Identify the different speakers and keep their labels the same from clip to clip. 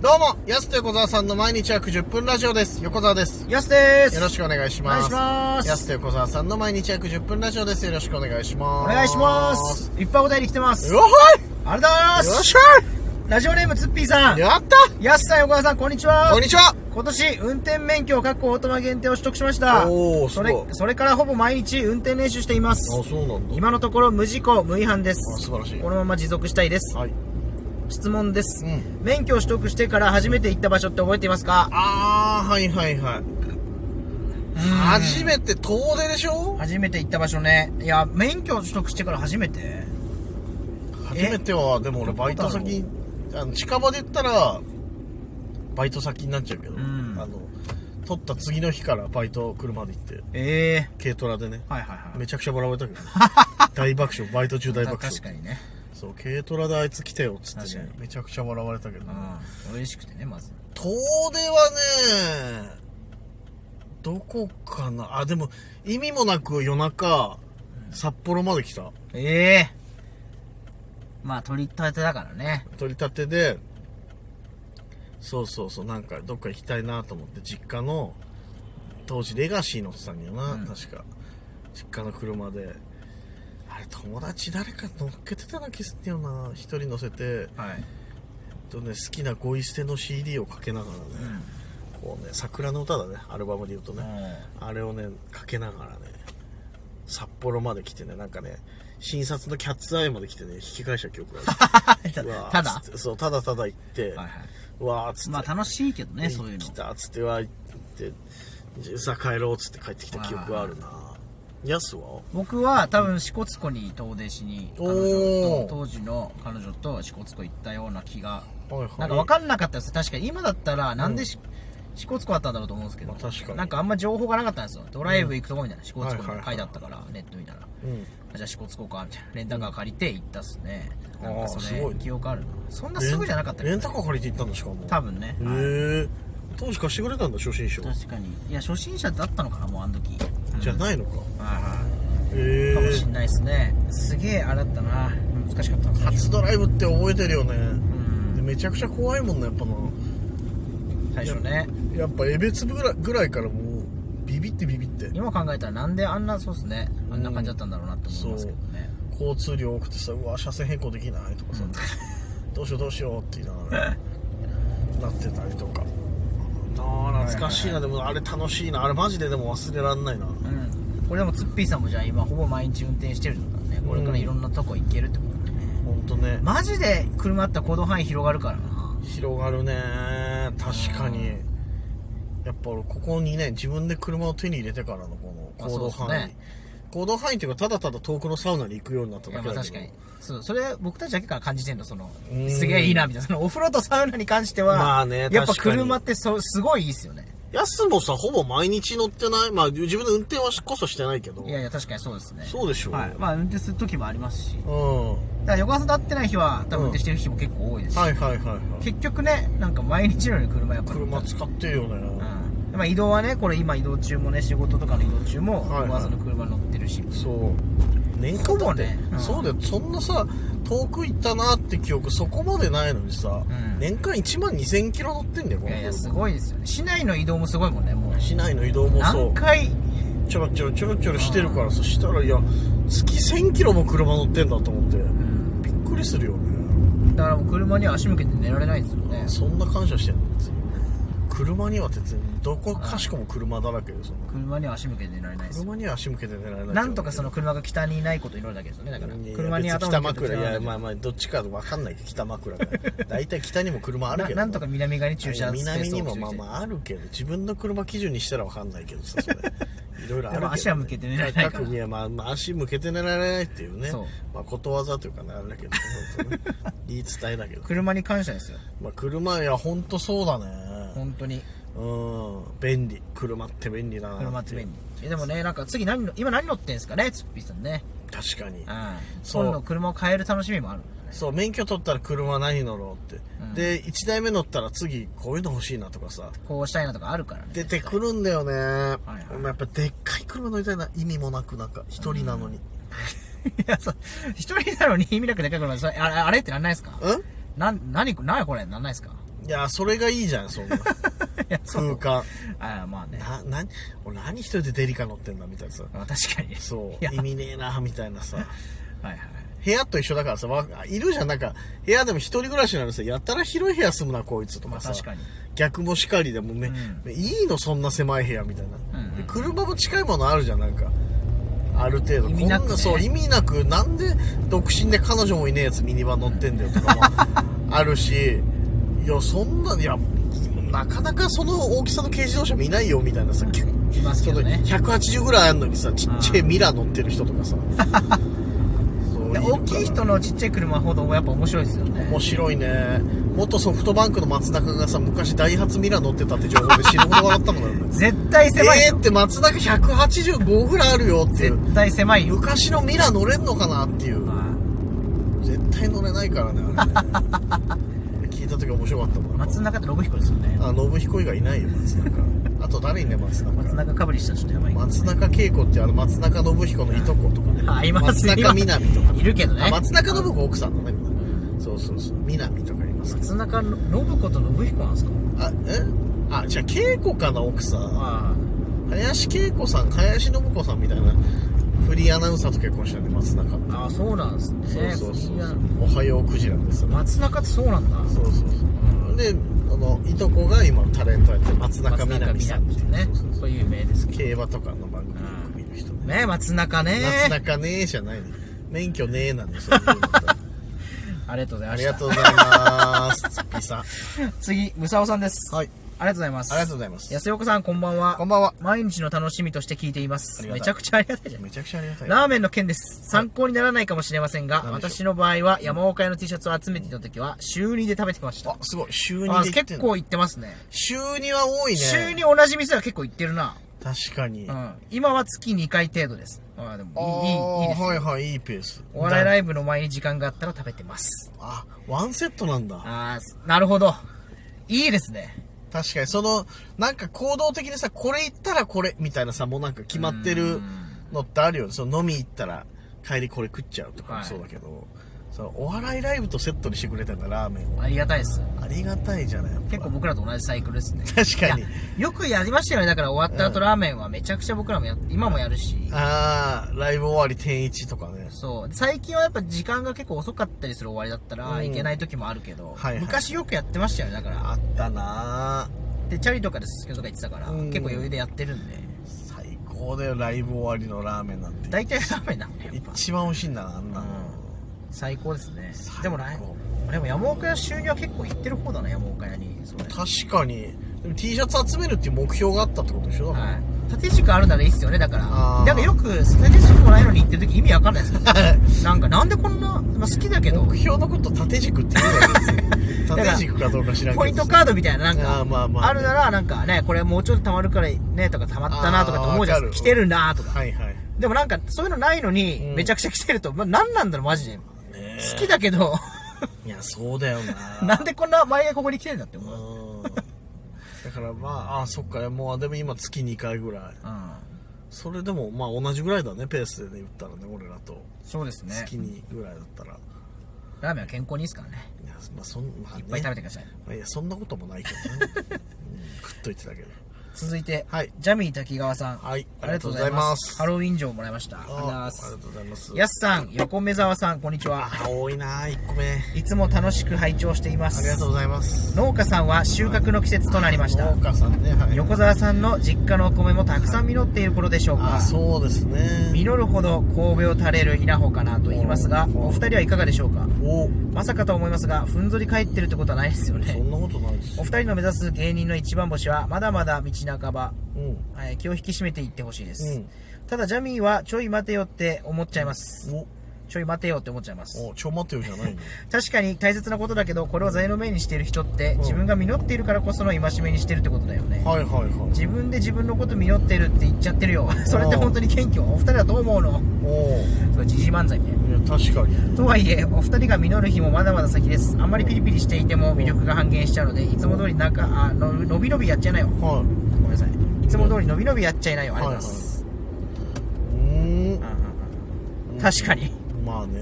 Speaker 1: どうも、やすと横澤さんの毎日約10分ラジオです。横澤です。
Speaker 2: やすです
Speaker 1: よろしくお願いし
Speaker 2: お願
Speaker 1: ま
Speaker 2: い
Speaker 1: す。
Speaker 2: します
Speaker 1: やすと横澤さんの毎日約10分ラジオです。よろしくお願いします。
Speaker 2: お願いしますいっぱいお便り来てます
Speaker 1: よほ
Speaker 2: ありがとうございま
Speaker 1: いよっ
Speaker 2: す
Speaker 1: しゃ
Speaker 2: ラジオネームツッピーさ
Speaker 1: い
Speaker 2: ん
Speaker 1: やった
Speaker 2: やすさん横川さんこんにちは
Speaker 1: こんにちは
Speaker 2: 今年運転免許を確保オートマ限定を取得しました
Speaker 1: おー
Speaker 2: そ
Speaker 1: すご
Speaker 2: れ
Speaker 1: い
Speaker 2: それからほぼ毎日運転練習していま
Speaker 1: あ、
Speaker 2: す
Speaker 1: そうなんだ。
Speaker 2: 今のところ無事故無違反です
Speaker 1: あ素晴らしい
Speaker 2: このまま持続したいです
Speaker 1: はい。
Speaker 2: 質問です、
Speaker 1: うん
Speaker 2: 免許を取得してから初めて行った場所って覚えていますか
Speaker 1: あー、はいはいはい。初めて遠出でしょ
Speaker 2: 初めて行った場所ねいや免許を取得してから初めて
Speaker 1: 初めては、でも俺バイト先、あの近場で言ったら、バイト先になっちゃうけど、
Speaker 2: ん
Speaker 1: あの、取った次の日からバイト車で行って、
Speaker 2: ええ
Speaker 1: 軽トラでね。
Speaker 2: はいはいはい
Speaker 1: めちゃくちゃ笑われ たけど、ね、大爆笑バイト中大
Speaker 2: まあ
Speaker 1: 爆笑
Speaker 2: 確かにね、
Speaker 1: そう軽トラであいつ来てよっつって
Speaker 2: 確
Speaker 1: ね
Speaker 2: か
Speaker 1: めちゃくちゃ笑われたけど、ね、
Speaker 2: うん、嬉しくてねまず
Speaker 1: 遠出はねどこかなあでも意味もなく夜中札幌まで来た
Speaker 2: ええまあ取り立てだからね
Speaker 1: 取り立てでそうそうそうなんかどっか行きたいなと思って実家の当時レガシー乗ってたんだよな、
Speaker 2: うん
Speaker 1: 確か実家の車であれ友達誰か乗っけてたな気すってよな一人乗せて
Speaker 2: は
Speaker 1: え
Speaker 2: い、
Speaker 1: っとね、好きなゴイ捨ての CD をかけながらね、こうね桜の歌だねアルバムで言うと
Speaker 2: う
Speaker 1: ね、
Speaker 2: ん、
Speaker 1: あれをねかけながらね札幌まで来てねなんかね新札のキャッツアイまで来てね引き返した記憶があるうわー
Speaker 2: ただ
Speaker 1: つってそうただただ行って、
Speaker 2: はいは
Speaker 1: うわーっつっ
Speaker 2: い
Speaker 1: て、
Speaker 2: まあ楽しいけどねそういうの
Speaker 1: 来たっつっては行ってじゃあさあ帰ろうっつって帰ってきた記憶があるなヤスは
Speaker 2: 僕は多分支笏湖に遠出しに彼
Speaker 1: お
Speaker 2: 女
Speaker 1: ー
Speaker 2: と当時の彼女と支笏湖行ったような気が
Speaker 1: はいはい
Speaker 2: なんか分かんなかったです確かに今だったらなんでし支笏湖あったんだろうと思うんですけど、
Speaker 1: まあ確かに
Speaker 2: なんかあんま情報がなかったんですよドライブ行くとこみたいな支笏湖みた
Speaker 1: はいいはいは
Speaker 2: ない書いてあったからネット見たら、
Speaker 1: うん
Speaker 2: あじゃあ支笏湖かみたいなレンタカー借りて行ったっすね、
Speaker 1: うん
Speaker 2: なんか
Speaker 1: あー
Speaker 2: そ
Speaker 1: す
Speaker 2: れ
Speaker 1: ごい
Speaker 2: 記憶あるなそんなすぐじゃなかった
Speaker 1: レ
Speaker 2: け
Speaker 1: ンレ
Speaker 2: ど
Speaker 1: ンタカー借りて行ったんでしかも
Speaker 2: 多分ね、
Speaker 1: へえ当時貸してくれたんだ初心者
Speaker 2: 確かにいや初心者だったのかなもうあの時
Speaker 1: じゃ
Speaker 2: い、
Speaker 1: ないのか
Speaker 2: あ
Speaker 1: へ
Speaker 2: ーかもし
Speaker 1: え
Speaker 2: んないですねすげえあれだったな難しかったな
Speaker 1: 初ドライブって覚えてるよね
Speaker 2: うん
Speaker 1: でめちゃくちゃ怖いもんねやっぱな
Speaker 2: 最初ね
Speaker 1: やっぱえべつぶぐらいぐらいからもうビビってビビって
Speaker 2: 今考えたらなんであんなそうっすねあんな感じだったんだろうなって思いますけどね、
Speaker 1: 交通量多くてさうわ車線変更できないとかさ、どうしようどうしようって言いながらなってたりとかああ懐かしいな、でもあれ楽しいなあれマジででも忘れらんないな
Speaker 2: うんこれでもツッピーさんもじゃあ今ほぼ毎日運転してるんだからねこれからいろんなとこ行けるってことだね、
Speaker 1: ほんとね
Speaker 2: マジで車あったら行動範囲広がるからな
Speaker 1: 広がるね確かにやっぱ俺ここにね自分で車を手に入れてからのこの行動範囲、
Speaker 2: まあそうっすね
Speaker 1: 行動範囲っていうかただただ遠くのサウナに行くようになった
Speaker 2: い
Speaker 1: だ
Speaker 2: や
Speaker 1: け
Speaker 2: まあ
Speaker 1: だ
Speaker 2: 確
Speaker 1: けど
Speaker 2: かにそうそれ僕たちだけから感じてんのその
Speaker 1: うん
Speaker 2: すげえいいなみたいなそのお風呂とサウナに関しては
Speaker 1: まあね
Speaker 2: やっぱ
Speaker 1: 確かに
Speaker 2: 車ってそうすごいいいっすよね
Speaker 1: ヤスもさほぼ毎日乗ってないまあ自分で運転はこそしてないけど
Speaker 2: いやいや確かにそうですね
Speaker 1: そうでしょう、
Speaker 2: はいまあ運転する時もありますしだ
Speaker 1: うん
Speaker 2: から横浜さんと会ってない日は多分運転してる日も結構多いですし、
Speaker 1: はいはいはいはい
Speaker 2: 結局ねなんか毎日のように車やっぱ
Speaker 1: 車使ってるよね、
Speaker 2: うんまあ移動はねこれ今移動中もね仕事とかの移動中も
Speaker 1: はいはい
Speaker 2: 横浜さんの車乗ってるし、
Speaker 1: そう年間だっ
Speaker 2: ほぼ
Speaker 1: て、
Speaker 2: ねうん
Speaker 1: そうだよそんなさ遠く行ったなって記憶そこまでないのにさ、
Speaker 2: うん
Speaker 1: 年間1万2000キロ乗ってんだよこ
Speaker 2: い、
Speaker 1: の
Speaker 2: やいや
Speaker 1: 車
Speaker 2: すごいですよね市内の移動もすごいもんねもう
Speaker 1: 市内の移動もそう
Speaker 2: 何回
Speaker 1: ちょろちょろちょろちょろしてるからそしたらいや月1000キロも車乗ってんだと思ってびっくりするよね
Speaker 2: だからもう車には足向けて寝られないんですよね
Speaker 1: そんな感謝してんの別に車には別にどこかしこも車だらけでその
Speaker 2: 車には足向けて寝られないです
Speaker 1: 車には足向けて寝られないけど
Speaker 2: なんとかその車が北にいないことを祈るだけですよねだから
Speaker 1: いや
Speaker 2: 車に
Speaker 1: 別
Speaker 2: 頭
Speaker 1: 北
Speaker 2: 向けて
Speaker 1: 枕いやま
Speaker 2: な
Speaker 1: あまあどっちかわかんないけど北枕だ から大体北にも車あるけど
Speaker 2: なんとか南側に駐車スペースを
Speaker 1: 南にもまあ
Speaker 2: あ
Speaker 1: まああるけど自分の車基準にしたらわかんないけどさそ れいろいろあるけど、
Speaker 2: でも足は向けて寝られないから
Speaker 1: 各国はまあ、まあ、足向けて寝られないっていうね
Speaker 2: そう
Speaker 1: まあ、ことわざというかねあれだけど、本当ね 言い伝えだけど、
Speaker 2: 車に感謝ですよ
Speaker 1: まあ、車いや本当そうだね
Speaker 2: 本当に
Speaker 1: うん便利車って便利だな
Speaker 2: 車って便利えでもねなんか次何の今何乗ってんすかねツッピーさんね
Speaker 1: 確かに
Speaker 2: うん
Speaker 1: そう
Speaker 2: 今度車を変える楽しみもあるんだね
Speaker 1: そう免許取ったら車何乗ろうって、
Speaker 2: うん
Speaker 1: で1台目乗ったら次こういうの欲しいなとかさ
Speaker 2: こうしたいなとかある からね
Speaker 1: 出てくるんだよね、
Speaker 2: はい
Speaker 1: でもやっぱでっかい車乗りたいな意味もなくなんか一人なのに
Speaker 2: いやそう一人なのに意味なくでかい車それあれあれってなんないですか
Speaker 1: うん
Speaker 2: なん、何、何これなん ないですか
Speaker 1: いやそれがいいじゃんそんな
Speaker 2: いや、 そ
Speaker 1: 空
Speaker 2: う。
Speaker 1: 間
Speaker 2: ああ、まあね。
Speaker 1: な何俺何一人でデリカ乗ってんだみたいなさ
Speaker 2: まあ確かに。
Speaker 1: そ
Speaker 2: いや
Speaker 1: う意味ねえなみたいなさ
Speaker 2: はいはい。
Speaker 1: 部屋と一緒だからさわいるじゃんなんか部屋でも一人暮らしならさやたら広い部屋住むなこいつと
Speaker 2: まあ
Speaker 1: かさ、
Speaker 2: 確かに。
Speaker 1: 逆もしかりでもね、いいのそんな狭い部屋みたいな、
Speaker 2: うんうん
Speaker 1: で車も近いものあるじゃんなんかある程度
Speaker 2: 意味なくね
Speaker 1: こんそう意味なくなんで独身で彼女もいねえやつミニバン乗ってんだよとか もあるしいやそんないやなかなかその大きさの軽自動車もいないよみたいなさ、きゅ
Speaker 2: いますけどね。
Speaker 1: 180ぐらいあるのにさちっちゃいミラー乗ってる人とかさそう
Speaker 2: いや
Speaker 1: るから
Speaker 2: 大きい人のちっちゃい車ほどやっぱ面白いですよね。
Speaker 1: 面白いね元ソフトバンクの松中がさ昔ダイハツミラ乗ってたって情報で死ぬほど笑ったのだよね
Speaker 2: 絶対狭い
Speaker 1: え
Speaker 2: よ
Speaker 1: ー、って松中185ぐらいあるよっていう
Speaker 2: 絶対狭いよ。
Speaker 1: 昔のミラ乗れんのかなっていう
Speaker 2: ま
Speaker 1: 絶対乗れないからねあれね 聞いた時面白かったも
Speaker 2: あ
Speaker 1: んあ
Speaker 2: 松中って信彦ですよね。
Speaker 1: 信彦以外いないよ松中あと誰いんね松中
Speaker 2: 松中かぶりしたらちょっとやばい。
Speaker 1: 松中恵子ってあの松中信彦のいとことかね
Speaker 2: あ、いま
Speaker 1: 松
Speaker 2: す
Speaker 1: 中みなみとか、
Speaker 2: いるけどね
Speaker 1: あ。松中信子奥さんのねそうそうそうみなみとかいます
Speaker 2: 松中の信子と信彦なんですか
Speaker 1: あえあじゃあ恵子かな奥さん
Speaker 2: あ
Speaker 1: 林恵子さん林信子さんみたいなフリーアナウンサーと結婚したんで松中って
Speaker 2: あ、あそうなんですね。
Speaker 1: そうそうそ
Speaker 2: みん
Speaker 1: う
Speaker 2: な
Speaker 1: おはようクジラですよね
Speaker 2: 松中ってそうなんだ。
Speaker 1: そうそうそうであのいとこが今タレントやってる松中みなみさんってい
Speaker 2: 松
Speaker 1: う
Speaker 2: 中みなみ
Speaker 1: そう
Speaker 2: さ
Speaker 1: んそう
Speaker 2: ね。
Speaker 1: そ
Speaker 2: そうういう有名ですけ
Speaker 1: 競馬とかの番組よく見る人
Speaker 2: ど。
Speaker 1: ね
Speaker 2: ね松中ね。
Speaker 1: 松中ねえじゃないの免許ねえなんで そういうのだったら
Speaker 2: ありがとうござい
Speaker 1: あ
Speaker 2: ま
Speaker 1: り
Speaker 2: し
Speaker 1: が
Speaker 2: た。
Speaker 1: とうございます ツッピーさん
Speaker 2: 次、ムサオさんです。
Speaker 1: はい
Speaker 2: ありがとうございます。
Speaker 1: ありがとうございます
Speaker 2: 安岡さん、こんばんは。
Speaker 1: こんばんは
Speaker 2: 毎日の楽しみとして聞いていま
Speaker 1: あ
Speaker 2: す。
Speaker 1: りがた
Speaker 2: め
Speaker 1: い
Speaker 2: ちゃくちゃありがたいじゃん。
Speaker 1: めちゃくちゃありがたい
Speaker 2: ラーメンの件です。参考にならないかもしれませんが、
Speaker 1: 何でし
Speaker 2: 私の場合は山岡屋の T シャツを集めていた時は、週2で食べてました。
Speaker 1: あすごい週2
Speaker 2: あ
Speaker 1: で行って
Speaker 2: 結
Speaker 1: んの
Speaker 2: 構行ってますね。
Speaker 1: 週2は多いね
Speaker 2: 週に同じ店は結構行ってるな。
Speaker 1: 確かに、
Speaker 2: う
Speaker 1: あ
Speaker 2: ん。今は月2回程度です。ああ、でもいい、いい、いいで
Speaker 1: ー
Speaker 2: す。
Speaker 1: はいはいいいペース
Speaker 2: お笑いラ
Speaker 1: イ
Speaker 2: イブの前に時間があったら食べてます。
Speaker 1: あワンセットなんだ
Speaker 2: ああ、なるほど。いいですね。
Speaker 1: 確かにそのなんか行動的にさこれ行ったらこれみたいなさもうなんか決まってるのってあるよねその飲み行ったら帰りこれ食っちゃうとかも
Speaker 2: はい
Speaker 1: そうだけど、そのお笑いライブとセットにしてくれたんだラーメンを
Speaker 2: ありがたいです。
Speaker 1: ありがたいじゃないやっぱ
Speaker 2: 結構僕らと同じサイクルですね。
Speaker 1: 確かに
Speaker 2: いやよくやりましたよね。だから終わった後ラーメンはめちゃくちゃ僕らもやっ今もやるし。
Speaker 1: ああライブ終わり天一とかね
Speaker 2: そう。最近はやっぱ時間が結構遅かったりする終わりだった
Speaker 1: う
Speaker 2: ら
Speaker 1: ん
Speaker 2: いけない時もあるけど、
Speaker 1: はいはい
Speaker 2: 昔よくやってましたよね。だから。
Speaker 1: あったなー
Speaker 2: で、チャリとかでスケとか言ってたから、
Speaker 1: うん
Speaker 2: 結構余裕でやってるんで。
Speaker 1: 最高だよライブ終わりのラーメンなんて
Speaker 2: 大体ラーメンなのね、やっぱ。
Speaker 1: 一番美味しいんだなあんなの、
Speaker 2: 最高ですね
Speaker 1: 最。高
Speaker 2: でもライブ、でも山岡屋収入は結構行ってる方だな、山岡屋に。それ。
Speaker 1: 確かにでも T シャツ集めるっていう目標があったってことでしょだから、
Speaker 2: はい。縦軸あるならいいっすよね、だから。
Speaker 1: あー
Speaker 2: なんかよく、縦軸もないのに行ってる時意味わかんないですも んなんか、なんでこんな、まあ、好きだけど、
Speaker 1: 目標のこと縦軸って言うよね
Speaker 2: から
Speaker 1: 縦軸かどうか知らんけど
Speaker 2: ポイントカードみたいな、なんか、
Speaker 1: あーまあまあ
Speaker 2: るなら、なんかね、これもうちょっと溜まるからね、とか溜まったなとかって思うじゃ
Speaker 1: あー
Speaker 2: ん。
Speaker 1: わかる
Speaker 2: 来てるなとか。
Speaker 1: はいはい
Speaker 2: でもなんか、そういうのないのに、
Speaker 1: うん
Speaker 2: めちゃくちゃ来てると、まあ、なんなんだろう、マジで。
Speaker 1: ね
Speaker 2: 好きだけど、
Speaker 1: いやそうだよな
Speaker 2: なんでこんな前がここに来てんだって
Speaker 1: う
Speaker 2: 思う。
Speaker 1: んだからまああそっかもうでも今月2回ぐらい
Speaker 2: うん。
Speaker 1: それでもまあ同じぐらいだねペースでね言ったらね俺らと
Speaker 2: そうですね。
Speaker 1: 月にぐらいだったら、
Speaker 2: ラーメンは健康にいいですからね。
Speaker 1: いやまあそんまあ
Speaker 2: いっぱい食べ
Speaker 1: ね
Speaker 2: てください。
Speaker 1: いやそんなこともないけ どね、うん食っといてたけど
Speaker 2: 続いて、
Speaker 1: はい
Speaker 2: ジャミー滝川さん。
Speaker 1: はい
Speaker 2: ありがとうございます。
Speaker 1: あ
Speaker 2: ハロウィン嬢もらいました。ありがとうござい
Speaker 1: あー
Speaker 2: ま
Speaker 1: あり
Speaker 2: す
Speaker 1: が。とうございます
Speaker 2: やすさん、横目沢さん、こんにちは。
Speaker 1: あ多いな1個目
Speaker 2: いつも楽しく拝聴していま
Speaker 1: ありがとう
Speaker 2: す。
Speaker 1: ございます。
Speaker 2: 農家さんは収穫の季節となりました
Speaker 1: 農。家さんね、はい。
Speaker 2: 横澤さんの実家のお米もたくさん実っている頃でしょう
Speaker 1: あ、
Speaker 2: か。
Speaker 1: そうですね。
Speaker 2: 実るほど神戸を垂れる稲穂かなと言いますが、
Speaker 1: おう
Speaker 2: お二人はいかがでしょうか
Speaker 1: お、
Speaker 2: まさかと思いますが、ふんぞり返ってるってことはないですよ
Speaker 1: そ
Speaker 2: ね。
Speaker 1: んなことないです
Speaker 2: お。二人の目指す芸人の一番星は、まだまだ道半ば、
Speaker 1: うん。
Speaker 2: えー気を引き締めていってほしいです、
Speaker 1: うん
Speaker 2: ただジャミーはちょい待てよって思っちゃいます
Speaker 1: お、
Speaker 2: ちょい待てよって思っちゃいます
Speaker 1: お、ちょ待てよじゃないの。
Speaker 2: 確かに大切なことだけどこれを座右の銘にしている人って自分が実っているからこその戒めにしてるってことだよね
Speaker 1: はいはいはい。
Speaker 2: 自分で自分のこと実ってるって言っちゃってるよそれって本当に謙虚お二人はどう思うの
Speaker 1: お
Speaker 2: それ時事漫才みたいな
Speaker 1: ー、いや、確かに。
Speaker 2: とはいえお二人が実る日もまだまだ先ですあんまりピリピリしていても魅力が半減しちゃうのでいつも通りなんかあの伸び伸びやっちゃいなよ
Speaker 1: は
Speaker 2: ごめんなさいいつも通り伸び伸びやっちゃいなよありがとうございます、
Speaker 1: い。うーん。
Speaker 2: うんうんうん確かに、
Speaker 1: まあね。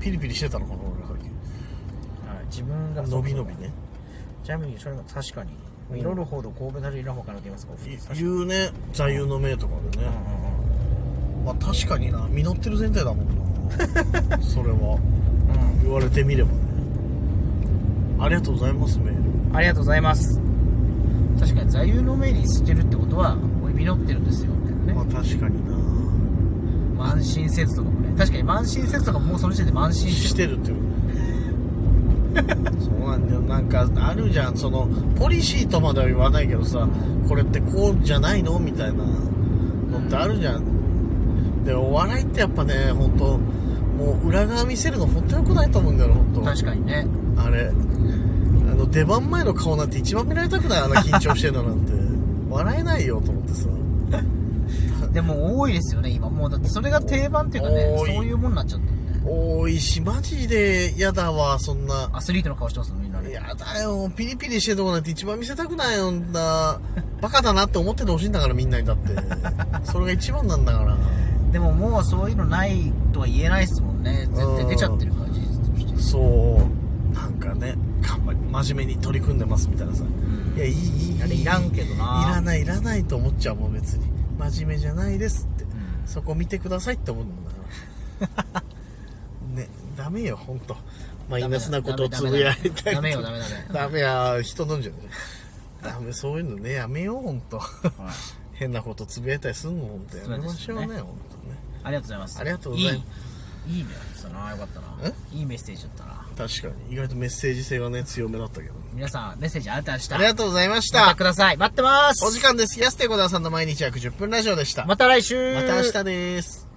Speaker 1: ピリピリしてたのかな、俺らさっき。
Speaker 2: はい自分が
Speaker 1: 伸び伸びね
Speaker 2: ちなみにそれが確かに見ろるほど神戸タリラフォから出ますか
Speaker 1: い
Speaker 2: ら
Speaker 1: 言うね座右の銘とかでね、まあ確かにな実ってる前提だもん なそれは言われてみればねありがとうございますメール
Speaker 2: ありがとうございます確かに座右の銘にしてるってことはこれ実ってるんですよみたい
Speaker 1: ま
Speaker 2: なね
Speaker 1: あ確かにな
Speaker 2: 満身説とかもね確かに満身説とかもうその時点で満身
Speaker 1: し
Speaker 2: し
Speaker 1: て
Speaker 2: て
Speaker 1: るっていうそうなんだよなんかあるじゃんそのポリシーとまでは言わないけどさこれってこうじゃないのみたいなのってあるじゃん、でお笑いってやっぱね本当もう裏側見せるの本当よくないと思うんだよ本当
Speaker 2: 確かにね
Speaker 1: あれあの出番前の顔なんて一番見られたく ないあの緊張してるのなんて笑えないよと思ってさ
Speaker 2: でも多いですよね今もうだってそれが定番っていうかね
Speaker 1: 多い
Speaker 2: そういうもんになっちゃってるね
Speaker 1: 多いしマジで嫌だわそんな
Speaker 2: アスリートの顔してますもんみんなね
Speaker 1: やだよピリピリしてるとこなんて一番見せたくないよんなバカだなって思っててほしいんだからみんなにだってそれが一番なんだから
Speaker 2: でももうそういうのないとは言えないですもんね絶対出ちゃってるから事実として
Speaker 1: そうなんかね頑張り真面目に取り組んでますみたいなさいやいいいい
Speaker 2: あれいらんけどない
Speaker 1: らないいらないと思っちゃうもん別に真面目じゃないですってそこ見てくださいって思うんだからねダメよ本当マイナスなことをつぶやいたり
Speaker 2: ダメよダメダ メ
Speaker 1: ダメや人飲んじゃうねダメそういうのねやめよう本当
Speaker 2: はい
Speaker 1: 変なことつぶやいたりするの本当やめましょうね
Speaker 2: そうです
Speaker 1: 本当ね
Speaker 2: ありがとうございます
Speaker 1: ありがとうございます
Speaker 2: いいいいメールでしたなよかったないいメッセージだったな
Speaker 1: 確かに意外とメッセージ性がね強めだったけど
Speaker 2: 皆さんメッセージあなた明日
Speaker 1: ありがとうございまし
Speaker 2: また
Speaker 1: た
Speaker 2: ください待ってます
Speaker 1: お時間です安手小沢さんの毎日約10分ラジオでしたま
Speaker 2: また来週
Speaker 1: た明日です